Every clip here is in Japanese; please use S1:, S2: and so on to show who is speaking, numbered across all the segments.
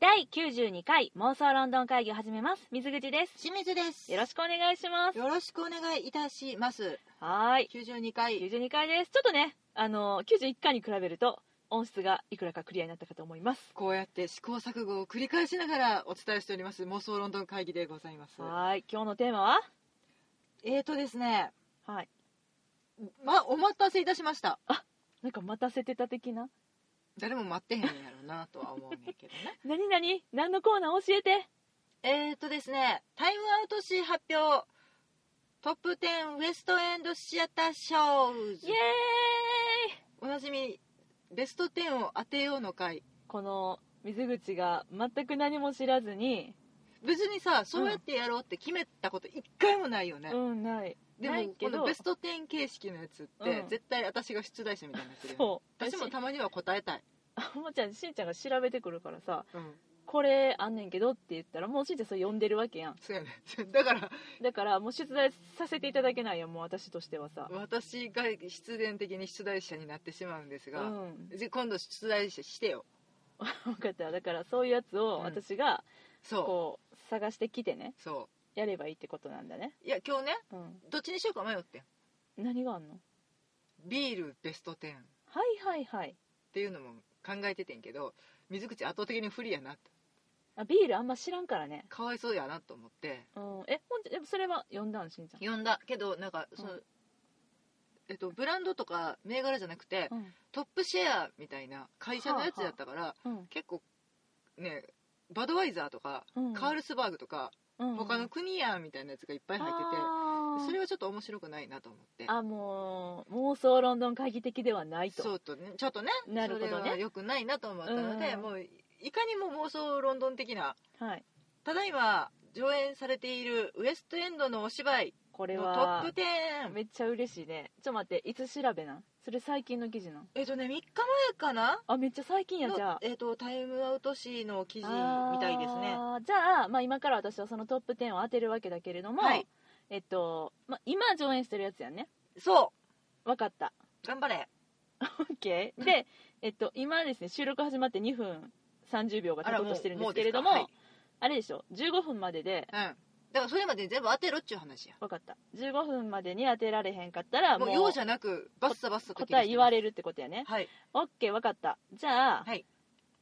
S1: 第92回妄想ロンドン会議を始めます水口です
S2: 清水です
S1: よろしくお願いします
S2: よろしくお願いいたします
S1: はーい
S2: 92回
S1: 92回ですちょっとねあの91回に比べると音質がいくらかクリアになったかと思います
S2: こうやって試行錯誤を繰り返しながらお伝えしております妄想ロンドン会議でございます
S1: はーい今日のテーマは
S2: えーとですね
S1: はい
S2: まお待たせいたしました
S1: なんか待たせてた的な
S2: 誰も待ってへんやろなとは思うんやけどね
S1: 何何何のコーナー教えて
S2: えーとですねタイムアウト誌発表トップ10ウエストエンドシアターショー
S1: イエ
S2: ズ
S1: ーイ
S2: おなじみベスト10を当てようの回
S1: この水口が全く何も知らずに
S2: 別にさそうやってやろうって決めたこと一回もないよね、
S1: うんない
S2: で
S1: な
S2: も
S1: いけ
S2: こ
S1: ど
S2: のベスト10形式のやつって、
S1: うん
S2: 絶対私が出題者みたいになってるよね
S1: そう
S2: 私もたまには答えたい、
S1: あもちゃんしんちゃんが調べてくるからさ
S2: うん、
S1: これあんねんけどって言ったらもうしんちゃんそれ呼んでるわけやん
S2: そうやね だから
S1: だからもう出題させていただけないよもう私としてはさ
S2: 私が必然的に出題者になってしまうんです
S1: う
S2: が、
S1: ん
S2: じゃ今度出題者してよ
S1: 分かっただからそういうやつを
S2: うん
S1: 私が
S2: そ
S1: こう探してきてね
S2: うそ
S1: やればいいってことなんだね
S2: ういや今日ね
S1: うん
S2: どっちにしようか迷ってん
S1: 何があんの
S2: ビールベスト10っ
S1: はいはいはい
S2: ていうのも考えててんけど水口圧倒的に不利やなって
S1: あビールあんま知らんからね
S2: かわいそうやなと思って
S1: うんえほんでもそれは呼んだんしんちゃん
S2: 呼んだけどなんかその、
S1: う
S2: えっと、ブランドとか銘柄じゃなくて、
S1: うん
S2: トップシェアみたいな会社のやつやったから、
S1: うん
S2: 結構ねバドワイザーとか、
S1: うん
S2: カールスバーグとか、
S1: うん
S2: 他の国やみたいなやつがいっぱい入ってて、
S1: あー
S2: それはちょっと面白くないなと思って
S1: あもう妄想ロンドン会議的ではないと
S2: そうとねちょっとね
S1: なるほどね
S2: それは良くないなと思ったので、
S1: うん
S2: もういかにも妄想ロンドン的な
S1: はい
S2: ただいま上演されているウエストエンドのお芝居
S1: これ
S2: のト
S1: は
S2: ップ10
S1: めっちゃ嬉しいねちょっと待っていつ調べなんそれ最近の記事なん
S2: えっとね3日前かな
S1: あめっちゃ最近や
S2: の
S1: じゃあ
S2: えっとタイムアウト誌の記事みたいですね
S1: あーじゃあ、まあ、今から私はそのトップ10を当てるわけだけれども、
S2: はい
S1: えっと、まあ、今上演してるやつやんね
S2: そ
S1: 分かった
S2: う頑張れ
S1: OK で、えっと、今ですね収録始まって2分30秒が経とうとしてるんですけれどもあ
S2: あらもうもうで
S1: れでしょ15分までで
S2: うんだからそれまでに全部当てろっちゅう話や
S1: 分かった15分までに当てられへんかったら
S2: も
S1: も
S2: う
S1: う
S2: 用じゃなくバッサバッサと切り捨てま
S1: 答
S2: す
S1: え言われるってことやね
S2: はい
S1: OK 分かったじゃあ、
S2: はい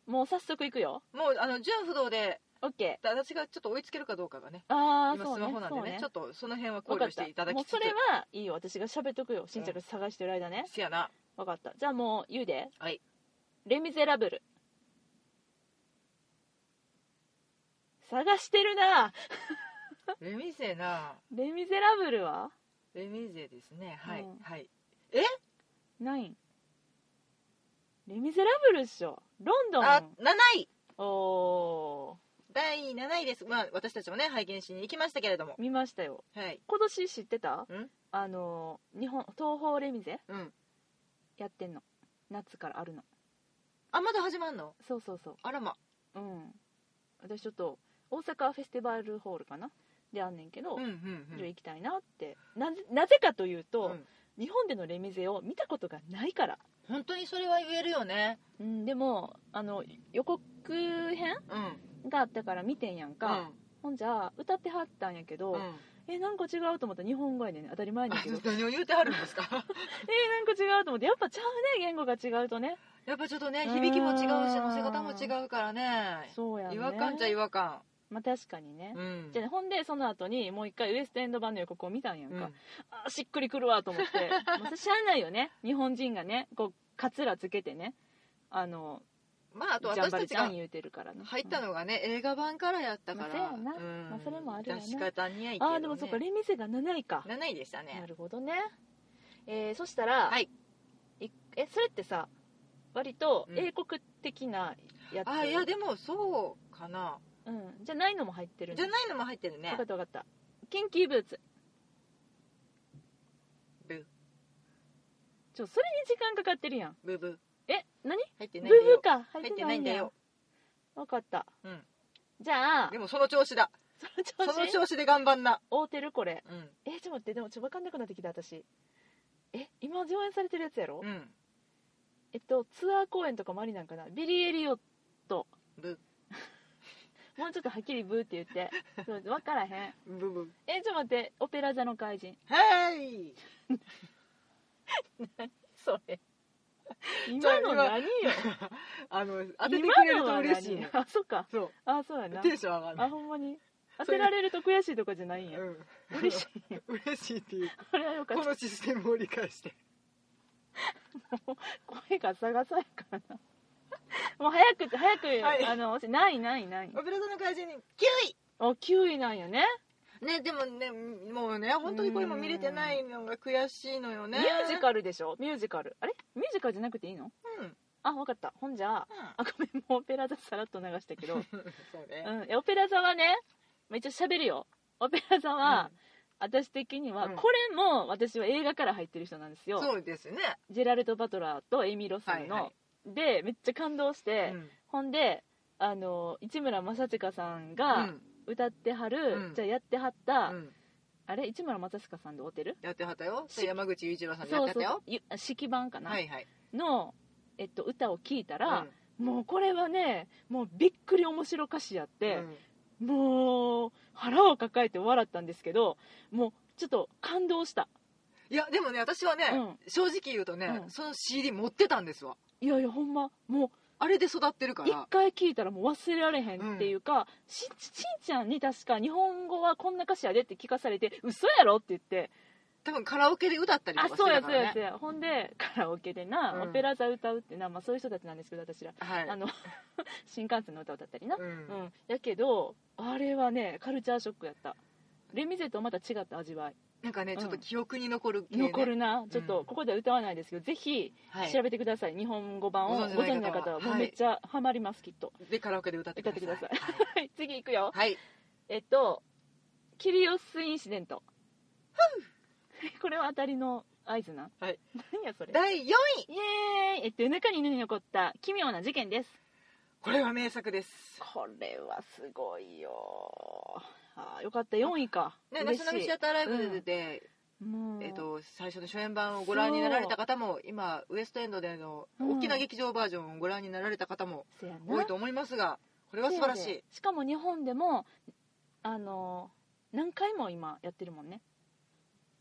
S1: もう早速いくよ
S2: もうあの純不動で
S1: OK
S2: 私がちょっと追いつけるかどうかがね
S1: ああ
S2: 今
S1: そ
S2: ス
S1: うね
S2: マホなんで
S1: そ
S2: ね
S1: うね
S2: ちょっとその辺は考
S1: 分か
S2: 慮
S1: っ
S2: していただ
S1: たもう
S2: きつつ
S1: それはいいよ私が喋っとくよ新着探してる間ね、
S2: せやな
S1: 分かったじゃあもう言うで
S2: はい
S1: レ・ミゼラブル探してるな
S2: レミゼな
S1: レ・ミゼラブルは
S2: レミゼですねはい、
S1: うん
S2: はい
S1: ないんレ・ミゼラブルっしょロンド
S2: あ
S1: ン
S2: 7位
S1: おー
S2: 第7位ですまあ私たちもね拝見しに行きましたけれども
S1: 見ましたよ
S2: はい
S1: 今年知ってた
S2: うん
S1: あのー日本東宝レ・ミゼ
S2: うん
S1: やってんの夏からあるの
S2: あまだ始まんの
S1: そうそうそう
S2: あらま
S1: うん私ちょっと大阪フェスティバルホールかなであんねんけど、
S2: うんうん
S1: ちょっ
S2: う
S1: と
S2: ん
S1: 行きたいなってなぜなぜかという
S2: う
S1: と、
S2: ん
S1: 日本でのレミゼを見たことがないから、
S2: 本当にそれは言えるよね
S1: うん、でもあの予告編
S2: うん
S1: があったから見てんやんか、ほんじゃ歌ってはったんやけど、
S2: うん、うん
S1: えなんか違うと思ったら日本語やねん当たり前やねん けどえ
S2: 何を言うてはるんですか
S1: なんか違うと思ってやっぱちゃうね言語が違うとね
S2: やっぱちょっとね
S1: うん
S2: 響きも違うし乗せ方も違うからね
S1: そうやね
S2: 違和感じゃ違和感
S1: まあ確かにね、
S2: うん
S1: じゃあねほんでその後にもう一回ウエストエンド版の予告を見たんやん
S2: う
S1: か、
S2: ん
S1: あーしっくりくるわと思って まあそれしゃあないよね日本人がねこうカツラつけてねあの
S2: まああと
S1: ジャンバ
S2: 私た
S1: ル
S2: ち
S1: ちゃ
S2: が
S1: ん言うてるからね
S2: 入った
S1: の、
S2: のがね映画版からやった
S1: ま
S2: から
S1: あそうやな
S2: うん
S1: まあそれもあるよね
S2: 出し方にはいいけ
S1: あ
S2: どね
S1: あでもそうかレミゼが7位か、
S2: 7位でした
S1: な
S2: ね
S1: るほどねえーそしたら、
S2: はい
S1: いえそれってさ割と
S2: うん
S1: 英国的なやつ、うん、
S2: あいやでもそうかな
S1: じゃないのも入ってる
S2: じゃないのも入ってる
S1: 分
S2: ね
S1: かった分かったキンキーブーツ
S2: ブ
S1: ちょそれに時間かかってるやん
S2: ブブ
S1: え何
S2: 入って
S1: ブ
S2: ないんだ
S1: ブ
S2: よ
S1: か入
S2: 入
S1: っ
S2: ってて
S1: な
S2: ないい
S1: ん
S2: ん
S1: だ
S2: だ
S1: よ
S2: よ
S1: 分かった、
S2: うん
S1: じゃあ
S2: でもその調子だ
S1: そ
S2: そ
S1: の調
S2: の
S1: 子
S2: 調子で頑張んな
S1: 合うてるこれ
S2: うん
S1: えちょっと待ってでもちょっと分かんなくなってきた私え今上演されてるやつやろ、
S2: うん
S1: えっとツアー公演とかもありなんかなビリー・エリオットう
S2: ブ
S1: ちょっとはっきりブーって言ってそう分からへん
S2: ブブ
S1: えちょっと待ってオペラ座の怪人
S2: はい
S1: それ今の何よ
S2: あの当ててくれると嬉しい
S1: 今のは
S2: の
S1: 何あそっか
S2: そ
S1: あそうや
S2: う
S1: な
S2: テンション上がる
S1: あほんまに当てられると悔しいとかじゃないんや
S2: うん
S1: 嬉しいんや
S2: 嬉しいっていう
S1: これはよか
S2: こ
S1: った
S2: のシステムを理解して
S1: 声がサガサやからなもう早く早く、
S2: はい
S1: あのないないない
S2: オペラ座の怪人に9位
S1: お9位なんよね
S2: ねでもねもうね本当にこれも見れてないのが悔しいのよね
S1: ミュージカルでしょミュージカルあれミュージカルじゃなくていいの
S2: うん、うん、
S1: あ分かったほんじゃああごめんもうオペラ座さらっと流したけど、う
S2: そう ね、
S1: ん、いやオペラ座はね、まあ、一応喋るよオペラ座は、私的には、
S2: うん
S1: これも私は映画から入ってる人なんです
S2: うん
S1: よ
S2: そうですね
S1: ジェラルド・バトラーとエイミー・ロスンの、
S2: はいは
S1: でめっちゃ感動して、
S2: うん
S1: ほんであの市村正親さんが歌ってはる、
S2: うん
S1: じゃあやってはった、
S2: うんうん
S1: あれ市村正親さんで合ってる
S2: やってはったよ
S1: し
S2: 山口雄一郎さんでやっ
S1: そう
S2: てはっ
S1: そ
S2: た
S1: う
S2: よ
S1: ゆ式版かな、
S2: はいはい
S1: の、えっと、歌を聴いたら、
S2: うん
S1: もうこれはねもうびっくり面白歌詞やって
S2: う、ん
S1: もう腹を抱えて笑ったんですけどもうちょっと感動した
S2: いやでもね私はね、
S1: うん
S2: 正直言うとね、
S1: うん
S2: その CD 持ってたんですわ
S1: いやいやほんまも
S2: あれで育ってる
S1: う
S2: か
S1: 一
S2: ら
S1: 回聴いたらもう忘れられへんっていうか、しんちしんちゃんに確か日本語はこんな歌詞やでって聞かされて嘘やろって言って
S2: 多分カラオケで歌ったりと
S1: あ
S2: かして
S1: そうやそ
S2: たか
S1: うや
S2: ら
S1: そう
S2: ね
S1: やほんでカラオケでな、
S2: うん
S1: オペラ座歌うってな、まあ、そういう人たちなんですけど私ら、
S2: はい
S1: あの 新幹線の歌を歌ったりな、
S2: うん
S1: うん、やけどあれはねカルチャーショックやったレミゼとまた違った味わい
S2: なんかね
S1: うん
S2: ちょっと記憶に残る系ね、
S1: 残るなちょっ
S2: う
S1: と
S2: ん
S1: ここでは歌わないですけど、ぜひ
S2: はい
S1: 調べてください、日本語版を
S2: ご
S1: ご存知
S2: 存知の
S1: の
S2: 方
S1: 方
S2: は
S1: はもうめっちゃハマりますきっと
S2: でカラオケで歌ってください
S1: 歌ってくだはい 次いくよ
S2: はい、はい
S1: えっとキリオスインシデント これは当たりの合図な、
S2: はい、
S1: 何やそれ
S2: 第4位
S1: イエーイえっと夜中に犬に起こった奇妙な事件です
S2: これは名作です、
S1: これはすごいよあーよかった4位か
S2: ね、ナ
S1: 嬉
S2: ショナル
S1: し
S2: シアターライブで出て、
S1: いもう
S2: えっと、最初の初演版をご覧になられた方も今ウエストエンドでの
S1: うん
S2: 大きな劇場バージョンをご覧になられた方も
S1: せやな
S2: 多いと思いますがこれは素晴らしい
S1: しかも日本でもあの何回も今やってるもんね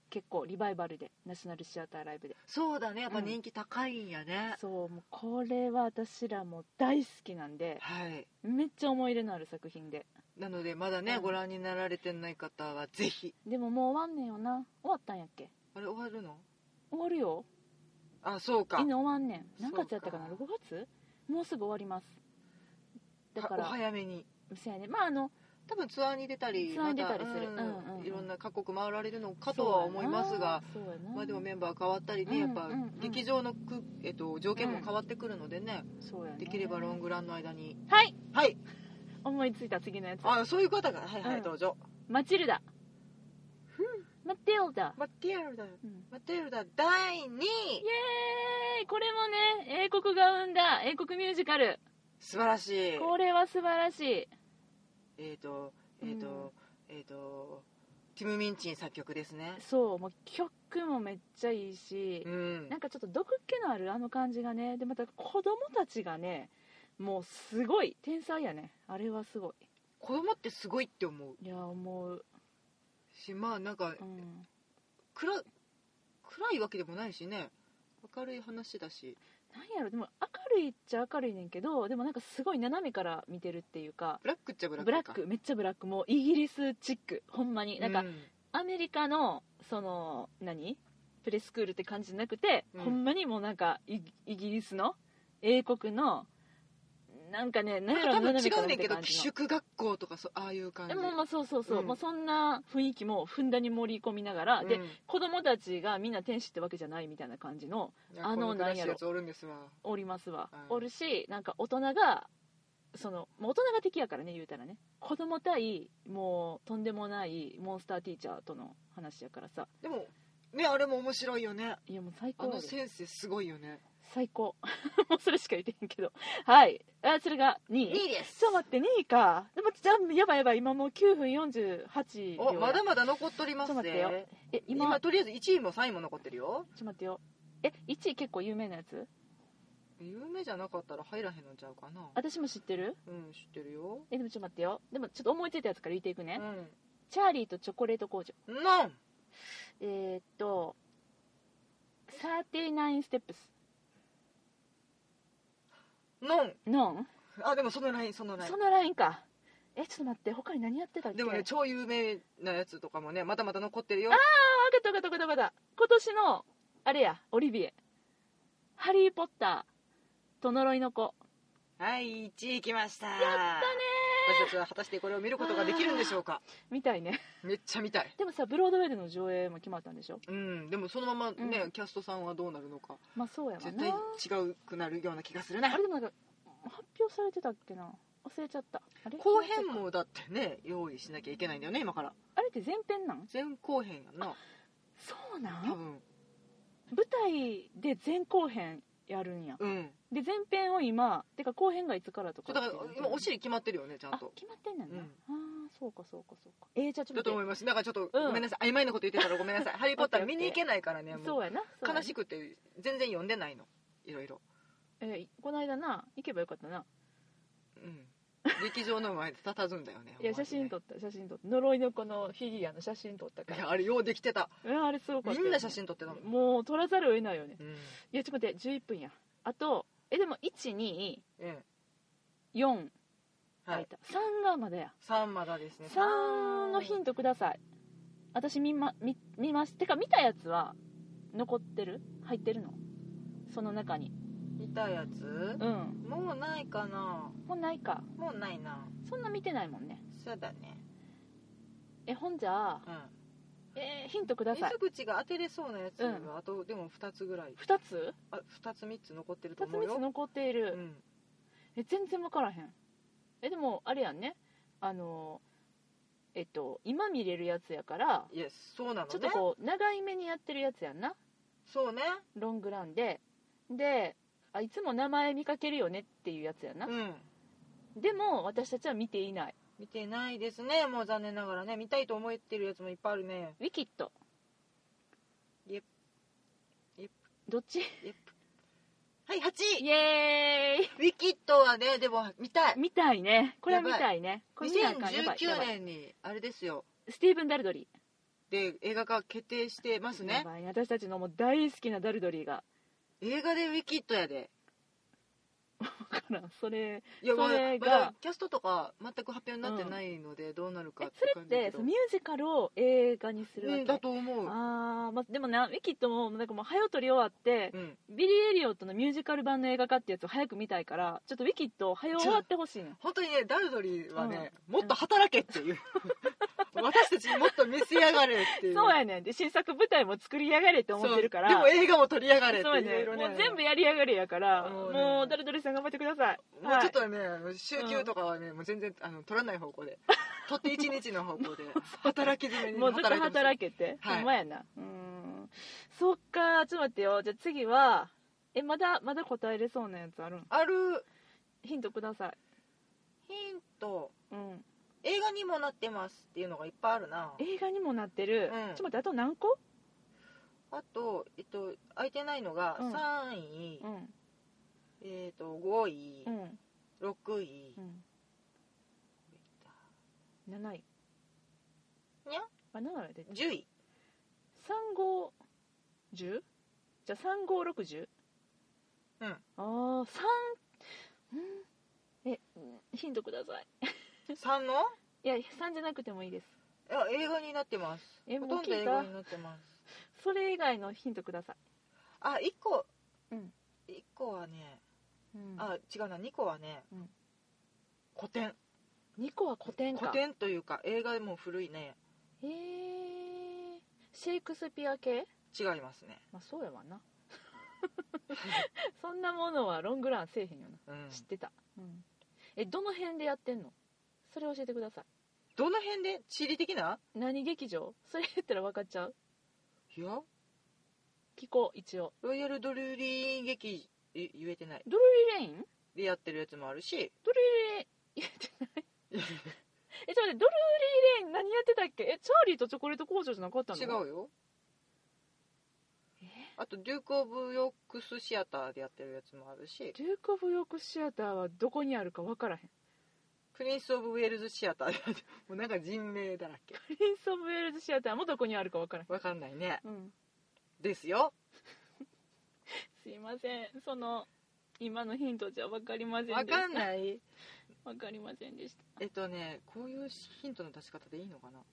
S1: 結構リバイバルでナショナルシアターライブで
S2: そうだねやっぱ
S1: うん
S2: 人気高いんやね、
S1: そうもうこれは私らも大好きなんで
S2: はい
S1: めっちゃ思い入れのある作品で
S2: なのでまだね、
S1: うん
S2: ご覧になられてない方はぜひ
S1: でももう終わんねんよな終わったんやっけ
S2: あれ終わるの
S1: 終わるよ
S2: あそうか
S1: 犬終わんねん何月やったかな
S2: そう
S1: 6月もうすぐ終わりますだから
S2: はお早めに
S1: そうやねまああの
S2: 多分ツアーに出たり
S1: ツアーに出
S2: ま
S1: たりする
S2: うん
S1: うんうんうん
S2: いろんな各国回られるのかとは思いますが
S1: そうやなそうやな
S2: まあ、でもメンバー変わったりね、
S1: うん
S2: やっ
S1: う
S2: ぱ
S1: んうん
S2: 劇場のく、えっと、条件も変わってくるのでね、
S1: そうやね
S2: できればロングランの間に
S1: はい
S2: はい
S1: 思いついた次のやつ
S2: あそういう方がはいはい、
S1: うん
S2: どうぞ
S1: マチルダマテオダ、
S2: マティルダ
S1: うんイ
S2: マティルダ第2位
S1: エーイこれもね英国が生んだ英国ミュージカル
S2: 素晴らしいえっ、
S1: これは素晴らしい
S2: とえっ、と、えっ、とティム・ミンチン作曲ですね
S1: そうもう曲もめっちゃいいし
S2: う、ん
S1: なんかちょっと毒っ気のあるあの感じがねでまた子供たちがねもうすごい天才やねあれはすご
S2: 子供ってすごいって思う
S1: いいや思う、
S2: しまあなんか
S1: うん、
S2: 暗暗いわけでもないしね明るい話だし
S1: なんやろでも明るいっちゃ明るいねんけどでもなんかすごい斜めから見てるっていうか
S2: ブラックっちゃブラ
S1: ブ
S2: ック
S1: ラッ
S2: か
S1: クめっちゃブラックもうイギリスチックほんまになんか、
S2: う
S1: アメリカのその何プレスクールって感じじゃなくて、
S2: うん
S1: ほんまにもうなんかイギイギリスの英国のなんかね何やろ
S2: 多分違
S1: 斜
S2: う
S1: め
S2: ねんけ
S1: から見てる感
S2: ど寄
S1: じの
S2: 宿学校とかそうああいう感じ
S1: でもまあそうそうそう、
S2: うん
S1: もうそんな雰囲気もふんだんに盛り込みながら、
S2: うん
S1: で子供たちがみんな天使ってわけじゃないみたいな感じの
S2: いやこ
S1: あの
S2: の
S1: な
S2: なんん
S1: やろ
S2: やろやつおるんですわ
S1: おりますわ、
S2: うん
S1: おるしなんか大人がそのもう大人が敵やからね言うたらね子供対もうとんでもないモンスターティーチャーとの話やからさ
S2: でもねあれも面白いよね
S1: いやもう最
S2: あ
S1: 高や
S2: の
S1: で
S2: 先生すごいよね
S1: 最高 もうそれしか言ってへんけどはいあそれが2位
S2: いいです
S1: ちょっと待って2位かでもじゃあやばいやばい今もう9分48秒
S2: お
S1: や
S2: まだまだ残っとります
S1: ちょっと待ってよ
S2: ね
S1: え今
S2: 今とりあえず1位も3位も残ってるよ
S1: ちょっと待ってよえ1位結構有名なやつ
S2: 有名じゃなかったら入らへんのちゃうかな
S1: 私も知ってる
S2: うん知ってるよ
S1: えでもちょっと待ってよでもちょっと思いついたやつから言っていく
S2: う
S1: ね、
S2: ん
S1: チャーリーとチョコレート工場
S2: なん
S1: えー、っと39ステップス
S2: なん
S1: ノン
S2: あでもそのラインそのライン
S1: そのラインかえちょっと待って他に何やってたっけ
S2: でもね超有名なやつとかもねまだまだ残ってるよ
S1: あ分かった分かった分かった分かった今年のあれやオリビエ「ハリー・ポッターと呪いの子
S2: はい1位きましたやっ」
S1: だね
S2: 私たちは果たしてこれを見ることができるんでしょう か
S1: ーみたいね
S2: めっちゃ見たい
S1: でもさブロードウェイでの上映も決まったんでしょ
S2: うんでもそのままね、
S1: う
S2: キャストさんはどうなるのか
S1: まあそうやわ
S2: 絶
S1: な
S2: 対違うくなるような気がする
S1: あ
S2: な
S1: れでもなんか発表されてたっけな忘れちゃったあれ
S2: 後編もだってね用意しなきゃいけないんだよね今から
S1: あれって前編なん
S2: 前後編やんな
S1: そうな
S2: 多
S1: ん
S2: 分
S1: 舞台で前後編やるんや
S2: うん
S1: で前編を今てか後編がいつからと
S2: そ
S1: か
S2: うだから今お尻決まってるよねちゃ
S1: あ
S2: んと
S1: 決まってんねんな、
S2: うん
S1: ああそうかそうかそうかえー、じゃあちょ
S2: だ
S1: っと
S2: と思
S1: 待
S2: いますだからちょっと
S1: うん
S2: ごめんなさい曖昧なこと言ってたらごめ んなさい「ハリー・ポッター」
S1: オッケ
S2: 見
S1: ー
S2: に行けないからね
S1: って
S2: もう
S1: そうやなそうやな
S2: 悲しくて全然読んでないのいろいろ
S1: えーこの間な行けばよかったな
S2: うん劇場の前で佇んだよね
S1: いや写真撮
S2: っ
S1: った写真撮った呪いの子のフィギュアの写真撮ったか
S2: い
S1: ら
S2: やあれようできてた
S1: うんあれすごかっ
S2: み
S1: たよね、
S2: んな写真撮ってたもん
S1: もう撮らざるを得ないよね
S2: うん
S1: いやちょっと待って11分やあとえでも124
S2: ええは
S1: 空い
S2: い
S1: た、3がまだや
S2: 3まだですね
S1: 3のヒントください私見,、ま、見見ますてか見たやつは残ってる入ってるのその中に
S2: 見たやつ
S1: うん
S2: もうないかな
S1: もうないか
S2: もうないな
S1: そんな見てないもんね
S2: そうだね
S1: えほんじゃあ、
S2: うん
S1: えーヒントください
S2: 水口が当てれそうなやつ
S1: うん
S2: はあとでも2つぐらい
S1: 2つ
S2: あ2つ3つ残ってると
S1: 2つ
S2: 思う
S1: 3つ
S2: よ
S1: 残っている、
S2: うん
S1: え全然分からへんえでもあれやんねあのーえっと今見れるやつやから
S2: いやそうなのね
S1: ちょっとこう長い目にやってるやつやんな
S2: そうね
S1: ロングランでであいつも名前見かけるよねっていうやつやな、
S2: うん
S1: でも私たちは見ていない
S2: 見てないですねもう残念ながらね見たいと思ってるやつもいっぱいあるね
S1: ウィキッド
S2: イエッイエッ
S1: どっち
S2: イエップはい8
S1: イエーイ
S2: 位ウィキッドはねでも見たい
S1: 見たいねこれは見たいねこれ見なあかんやばいや
S2: 2019
S1: ばい
S2: 年にあれですよ
S1: スティーブン・ダルドリー
S2: で映画化決定してます
S1: や
S2: ね
S1: ばいね私たちのもう大好きなダルドリーが
S2: 映画でウィキッドやで
S1: だからそれ
S2: いやま
S1: そ
S2: だ
S1: れ
S2: ま
S1: が
S2: だキャストとか全く発表になってないのでどうなるか
S1: え
S2: って
S1: それ
S2: 感
S1: っ
S2: じだ
S1: てそ
S2: けど
S1: のミュージカルを映画にするわ
S2: う
S1: け、
S2: んだと思う
S1: あー、まあでもなウィキッドもなんかもう早取り終わって、
S2: うん
S1: ビリー・エリオットのミュージカル版の映画化ってやつを早く見たいからちょっとウィキッドを早終わってほしいの
S2: 本当にねダルドリーはねもっと働けっていう 私たちにもっと見せやがれっていう
S1: そうやねんで新作舞台も作りやがれって思ってるから
S2: そうでも映画も撮りやがれって
S1: そうや
S2: い
S1: ね
S2: ろい
S1: ん
S2: ろ
S1: も
S2: ね
S1: う全部やりやがれやから
S2: もうね
S1: もうダルドリーさん頑張ってください
S2: もうちょっとね、あの週休とかはね、もう全然あの取らない方向で取って一日の 方向で働き詰めに
S1: もうずっと
S2: いてま
S1: 働
S2: す
S1: けて、
S2: はい
S1: ほんまやなうーんそっかちょっと待ってよじゃあ次はえまだまだ答えれそうなやつあるん
S2: ある
S1: ヒントください
S2: ヒント
S1: うん
S2: 映画にもなってますっていうのがいっぱいあるな
S1: 映画にもなってる、
S2: うん
S1: ちょっと待ってあと何個
S2: あと、えっと、空いてないのが
S1: うん
S2: 3位、
S1: うん
S2: えっと5位、
S1: うん
S2: 6位
S1: う、ん7位
S2: にゃ
S1: あ7位で
S2: 10位
S1: 3510じゃあ35610
S2: うん
S1: あー3うんえヒントください
S2: 3の
S1: いや3じゃなくてもいいです
S2: いや映画になってます
S1: え
S2: ほとんど
S1: もう聞
S2: 映
S1: いた
S2: 画になってます
S1: それ以外のヒントください
S2: あ一1個、
S1: うん
S2: 1個はね
S1: うん
S2: あ違うな2個はね、
S1: うん
S2: 古典
S1: 2個は古典か
S2: 古典というか映画でも古いね
S1: へえシェイクスピア系
S2: 違いますね、
S1: まあそうやわ なそんなものはロングランせえへんよな、
S2: うん
S1: 知ってた、うん、えどの辺でやってんのそれ教えてください
S2: どの辺で地理的な
S1: 何劇場それ言ったら分かっちゃう
S2: いや
S1: 聞こう一応
S2: ロイヤルドルーリー劇え言えてない
S1: ドルリレイン
S2: でやってるやつもあるし
S1: ドルリレイン えちょっと待ってドルリレイン何やってたっけえチャーリーとチョコレート工場じゃなかったの
S2: 違うよ
S1: え
S2: あとデューク・オブ・ヨックス・シアターでやってるやつもあるし
S1: デューク・オブ・ヨークシアターはどこにあるか分からへん
S2: プリンス・オブ・ウェールズ・シアターでやってる もうなんか人名だらけ
S1: プリンス・オブ・ウェールズ・シアターもどこにあるか分からへ
S2: わかんないね
S1: ん、うん、
S2: ですよ
S1: すいませんその今のヒントじゃ分かりませんでした
S2: わかんない
S1: 分かりませんでした
S2: えっとねこういうヒントの出し方でいいのかな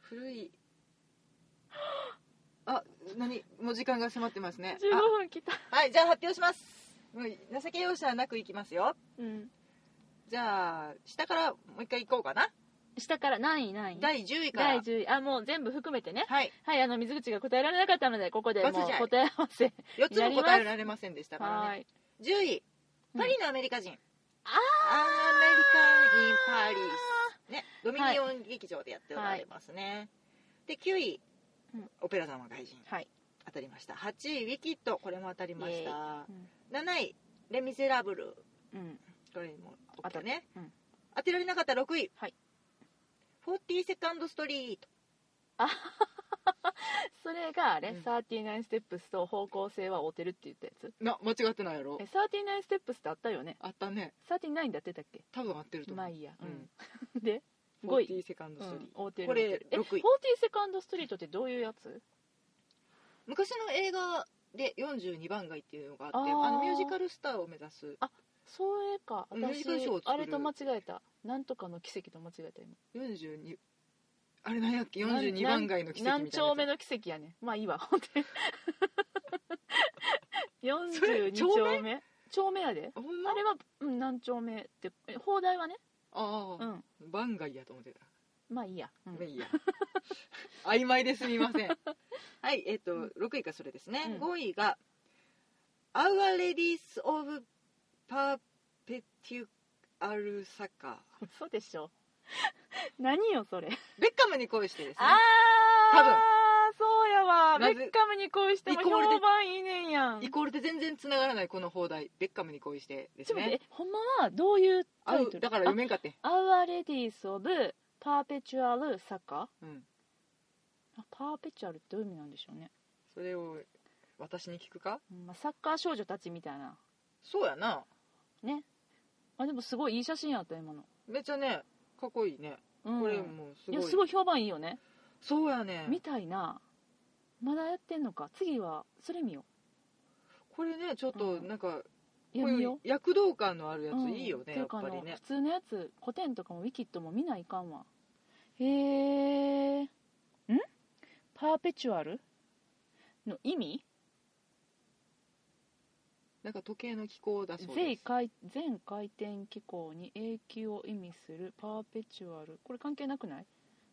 S2: 古いあ何もう時間が迫ってますね
S1: 15分きた
S2: あはいじゃあ発表しますもう情け容赦なくいきますよ
S1: うん
S2: じゃあ下からもう一回行こうかな
S1: 下から何位何位
S2: 第10位から
S1: 第10位あもう全部含めてね
S2: はい
S1: はいあの水口が答えられなかったのでここでもう
S2: バツじゃい
S1: 答え合わせ
S2: 4つも答えられませんでしたから
S1: は
S2: ね
S1: い
S2: 10位
S1: うん
S2: パリのアメリカ人、
S1: あ
S2: アメリカン・イン・パリス、ね、ドミニオン劇場でやっておられますね、で9位、
S1: うん
S2: オペラ座の外人
S1: はい、
S2: 当たりました8位ウィキッドこれも当たりま
S1: イ
S2: し
S1: エ
S2: た
S1: うん
S2: 7位レ・ミゼラブル
S1: うん、
S2: これも当たね、
S1: うん
S2: 当てられなかった6位、
S1: はい、
S2: 40セカンドストリート
S1: それがあれ、
S2: うん
S1: 39ステップスと方向性は追ってるって言ったやつ
S2: な間違ってないやろ
S1: え39ステップスってあったよね
S2: あったね
S1: 39だってたっけ
S2: 多分合ってると思
S1: まあ
S2: う、
S1: いいや、
S2: う
S1: うん、 で5位、
S2: 40セカンド
S1: う
S2: ストリ
S1: ん
S2: ー、ト、
S1: 追ってる
S2: こ
S1: 追って
S2: れ
S1: るえ
S2: 6位
S1: 40セカンドストリートってどういうやつ
S2: 昔の映画で42番街っていうのがあって
S1: あ
S2: あ
S1: ー
S2: のミュージカルスターを目指す
S1: そうえか
S2: ミュージ
S1: 私
S2: カルショーを作る
S1: あれと間違えたなんとかの奇跡と間違えた今
S2: 42あれ何やっけ42番街の奇跡
S1: 何
S2: みたいな
S1: 丁目
S2: や
S1: の奇跡やねまあいいわ 本当に
S2: それ
S1: 42丁
S2: 丁目
S1: 目丁目やで
S2: つほんま
S1: あれは、うん、何丁目ってえ放題はね
S2: あ
S1: う
S2: あ、
S1: ん
S2: 番街やと思ってた
S1: まあいいや、うん
S2: まあいいや曖昧ですみませんはいえっ、と
S1: うん
S2: 6位がそれですね、
S1: うん
S2: 5位が「Our Ladies of Perpetual Saka
S1: 嘘でしょ 何よそれ」
S2: ベッカムに恋してです
S1: あ
S2: ね
S1: ー
S2: 多分
S1: そうやわベ
S2: な
S1: ッ
S2: ぜ
S1: カムに恋しても
S2: イコールで
S1: 評判いいねんやん
S2: イコールで全然つながらないこの放題ベッカムに恋してで
S1: ち
S2: す
S1: ょっと待って
S2: ね
S1: えほんまはどういう
S2: あ
S1: タイトル
S2: だから読めんかってん、
S1: あ Our Ladies of Perpetual s a c
S2: うん、
S1: パーペチュアルってどういう意味なんでしょうね、
S2: それを私に聞くか
S1: うんまあ、サッカー少女たちみたいな
S2: そうやな
S1: ねあでもすごいいい写真やった今の、
S2: めっちゃねかっこいいね
S1: うん、
S2: これもうす
S1: い
S2: ごい,、
S1: やすごい評判いいよね、
S2: そうやね
S1: みたいなまだやってんのか次はそれ見よ
S2: これねちょっと
S1: うん
S2: なんか、
S1: ういや
S2: こう
S1: 見
S2: い
S1: よ
S2: う躍動感のある
S1: う
S2: やつ
S1: うん
S2: いいよね、
S1: てい
S2: やっ
S1: うかあ
S2: ぱ
S1: の
S2: りね
S1: 普通のやつ古典とかもウィキッドも見ないかんわへえんパーペチュアルの意味
S2: なんか時計の機構だそうで
S1: 全
S2: す
S1: 回全回転機構に永久を意味するパーペチュアルこれ関係なくない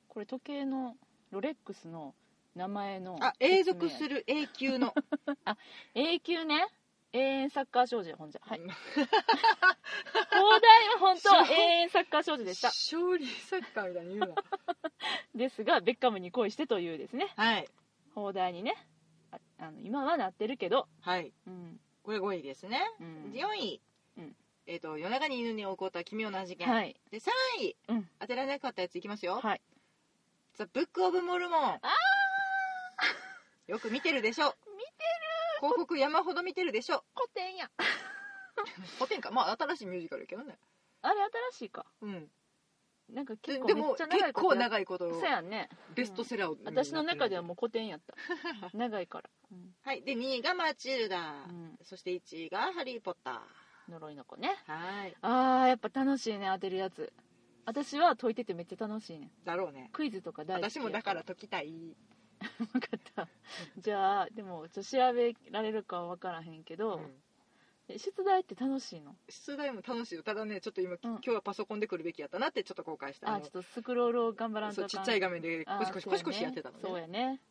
S1: これ時計のロレックスの名前の
S2: あ永続す
S1: る
S2: る永 久の
S1: 永久ね永遠サッカー少女やほんじゃ はい
S2: うん
S1: 放題は本当は永遠サッカー少女でした
S2: 勝利サッカーみたいに言 うな
S1: ですがベッカムに恋してというですね
S2: はい
S1: 放題にねああの今はなってるけど
S2: はい
S1: うん、
S2: これ5位ですね、
S1: うん
S2: で4位、
S1: うん
S2: えっ、と夜中に犬に起こった奇妙な事件、
S1: はい
S2: で3位、
S1: うん
S2: 当てられなかったやついきますよ、
S1: はい
S2: ザ・ブック・オブ・モルモンよく見てるでしょ見てる広告山ほど見てるでしょ
S1: 古典や
S2: 古典かまあ新しいミュージカルやけどね
S1: あれ新しいか
S2: うん
S1: なんか
S2: で
S1: 結構
S2: で
S1: めっ
S2: も
S1: ちゃ長
S2: 結
S1: いこと
S2: 構
S1: やっ
S2: 長いこと
S1: そうやんね
S2: ベストセラーを、
S1: 私の中では
S2: う
S1: もう古典やった長いから、うん
S2: はいで2位がマチルダ、
S1: うん
S2: そして1位がハリー・ポッタ
S1: 呪いの子ね
S2: ーはい
S1: あーやっぱ楽しいね当てるやつ私は解いててめっちゃ楽しいね
S2: だろうね
S1: クイズとか大好き
S2: 私もだから
S1: 分
S2: 解きたい
S1: かったじゃあでもちょっと調べられるかは分からへんけど、
S2: うん
S1: え出題って楽しいの
S2: 出題も楽しいよただねちょっと今、
S1: うん
S2: 今日はパソコンで来るべきやったなってちょっと後悔した
S1: あ
S2: あの
S1: ちょっとスクロールを頑張らんと
S2: そう
S1: あ
S2: ち
S1: かん
S2: っちゃい画面で
S1: あー
S2: コシコシコシコシやってたのね
S1: そうやね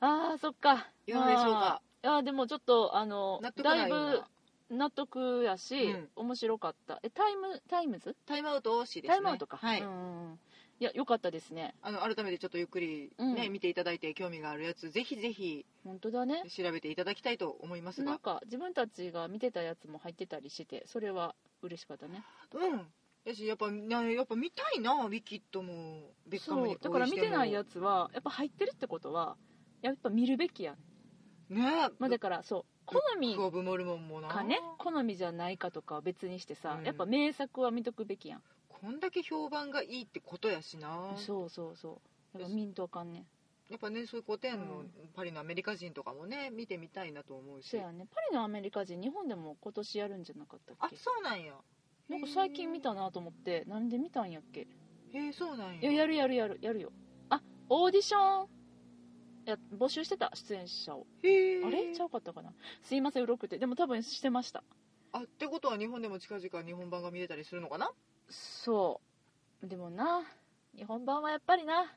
S1: あーそっか
S2: いかがでしょうか
S1: まあいやでもちょっとあの
S2: 納得な
S1: だ
S2: い
S1: いぶ
S2: な
S1: 納得やし、
S2: うん
S1: 面白かったえタイムタイムズ
S2: タイムアウト惜しいですね
S1: タイムアウトか、
S2: はい、
S1: うんいや良かったですね
S2: あの改めてちょっとゆっくりね、
S1: うん
S2: 見ていただいて興味があるやつぜひぜひ
S1: 本当だね
S2: 調べていただきたいと思います
S1: なん
S2: が
S1: か自分たちが見てたやつも入ってたりしてそれは嬉しかったね
S2: うんやしやっぱなやっぱ見たいなウィキッドもベッカム
S1: そ
S2: に
S1: うだから見てないや
S2: つ
S1: つはやっぱ入ってるってことはやっぱ見るべきやん
S2: ねえ
S1: まあ、だからそう好み
S2: ブックオブモルモンもな
S1: かね好みじゃないかとかは別にしてさ、
S2: うん
S1: やっぱ名作は見とくべきやん
S2: こんだけ評判がいいってことやしな
S1: そうそうそうだからミントあかんね
S2: やっぱねそういう古典
S1: う
S2: の
S1: ん
S2: パリのアメリカ人とかもね見てみたいなと思うし、
S1: そうやねパリのアメリカ人日本でも今年やるんじゃなかったっ
S2: あ
S1: け
S2: そうなんや
S1: なんか最近見たなと思ってなんで見たんやっけ
S2: へえそうなんや
S1: いややるやるやるやるよあオーディションや募集してた出演者を
S2: へえ
S1: あれちゃうかったかなすいませんうろくてでも多分してました
S2: あってことは日本でも近々日本版が見れたりするのかな
S1: そうでもな日本版はやっぱり な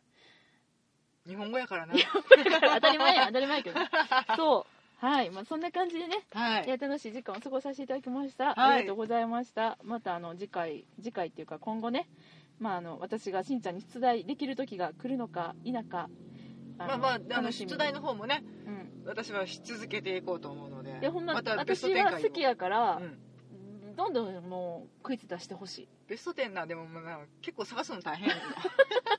S2: 日本語やからな
S1: 当たり前や当たり前やけど そうはい、まあ、そんな感じでね
S2: はい
S1: や楽しい時間を過ごさせていただきました、
S2: はい
S1: ありがとうございましたまたあの次回次回っていうか今後ね、まあ、あの私がしんちゃんに出題できる時が来るのか否かあ
S2: まあまああの
S1: 楽しみ
S2: 出題の方もね
S1: うん
S2: 私はし続けていこうと思うので
S1: いやほんま
S2: またベスト
S1: 私
S2: 10
S1: は
S2: 回
S1: 好きやから、
S2: うん
S1: どんどんもうクイズ出してほしい
S2: ベスト10なでももうな結構探すの大変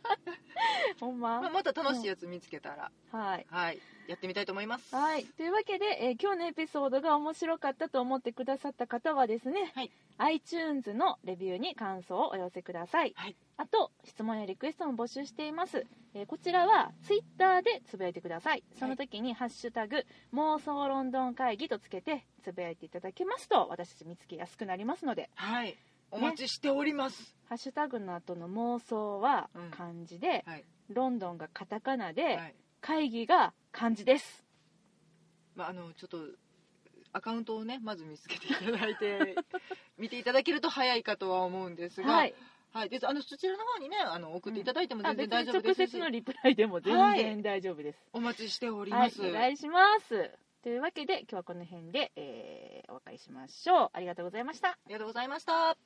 S1: ほん
S2: まあ
S1: ま
S2: また楽しいやつ見つけたら、
S1: はい
S2: はいやってみたいと思います
S1: はい、というわけで、えー今日のエピソードが面白かったと思ってくださった方はですね、
S2: はい
S1: iTunes のレビューに感想をお寄せください、
S2: はい
S1: あと質問やリクエストも募集しています、えーこちらは Twitter でつぶやいてくださいその時に「ハッシュタグ妄想ロンドン会議」とつけてつぶやいていただけますと私たち見つけやすくなりますので
S2: はいお待ちしております、
S1: ハッシュタグの後の妄想は
S2: うん
S1: 漢字で、
S2: はい
S1: ロンドンがカタカナで、
S2: はい
S1: 会議が漢字です
S2: まあ、あのちょっとアカウントをねまず見つけていただい て見ていただけると早いかとは思うんですが、
S1: はい
S2: はい、であのそちらの方にねあの送っていただいても
S1: あ別
S2: 全然大
S1: に
S2: 丈
S1: 直
S2: 夫です
S1: 接
S2: し、
S1: のリプライでも全
S2: はい
S1: 然大丈夫です。
S2: お待ちしており
S1: は
S2: ま
S1: い
S2: す、、
S1: お願いします。というわけで今日はこの辺で、えーお別れしましょう。ありがとうございました。
S2: ありがとうございました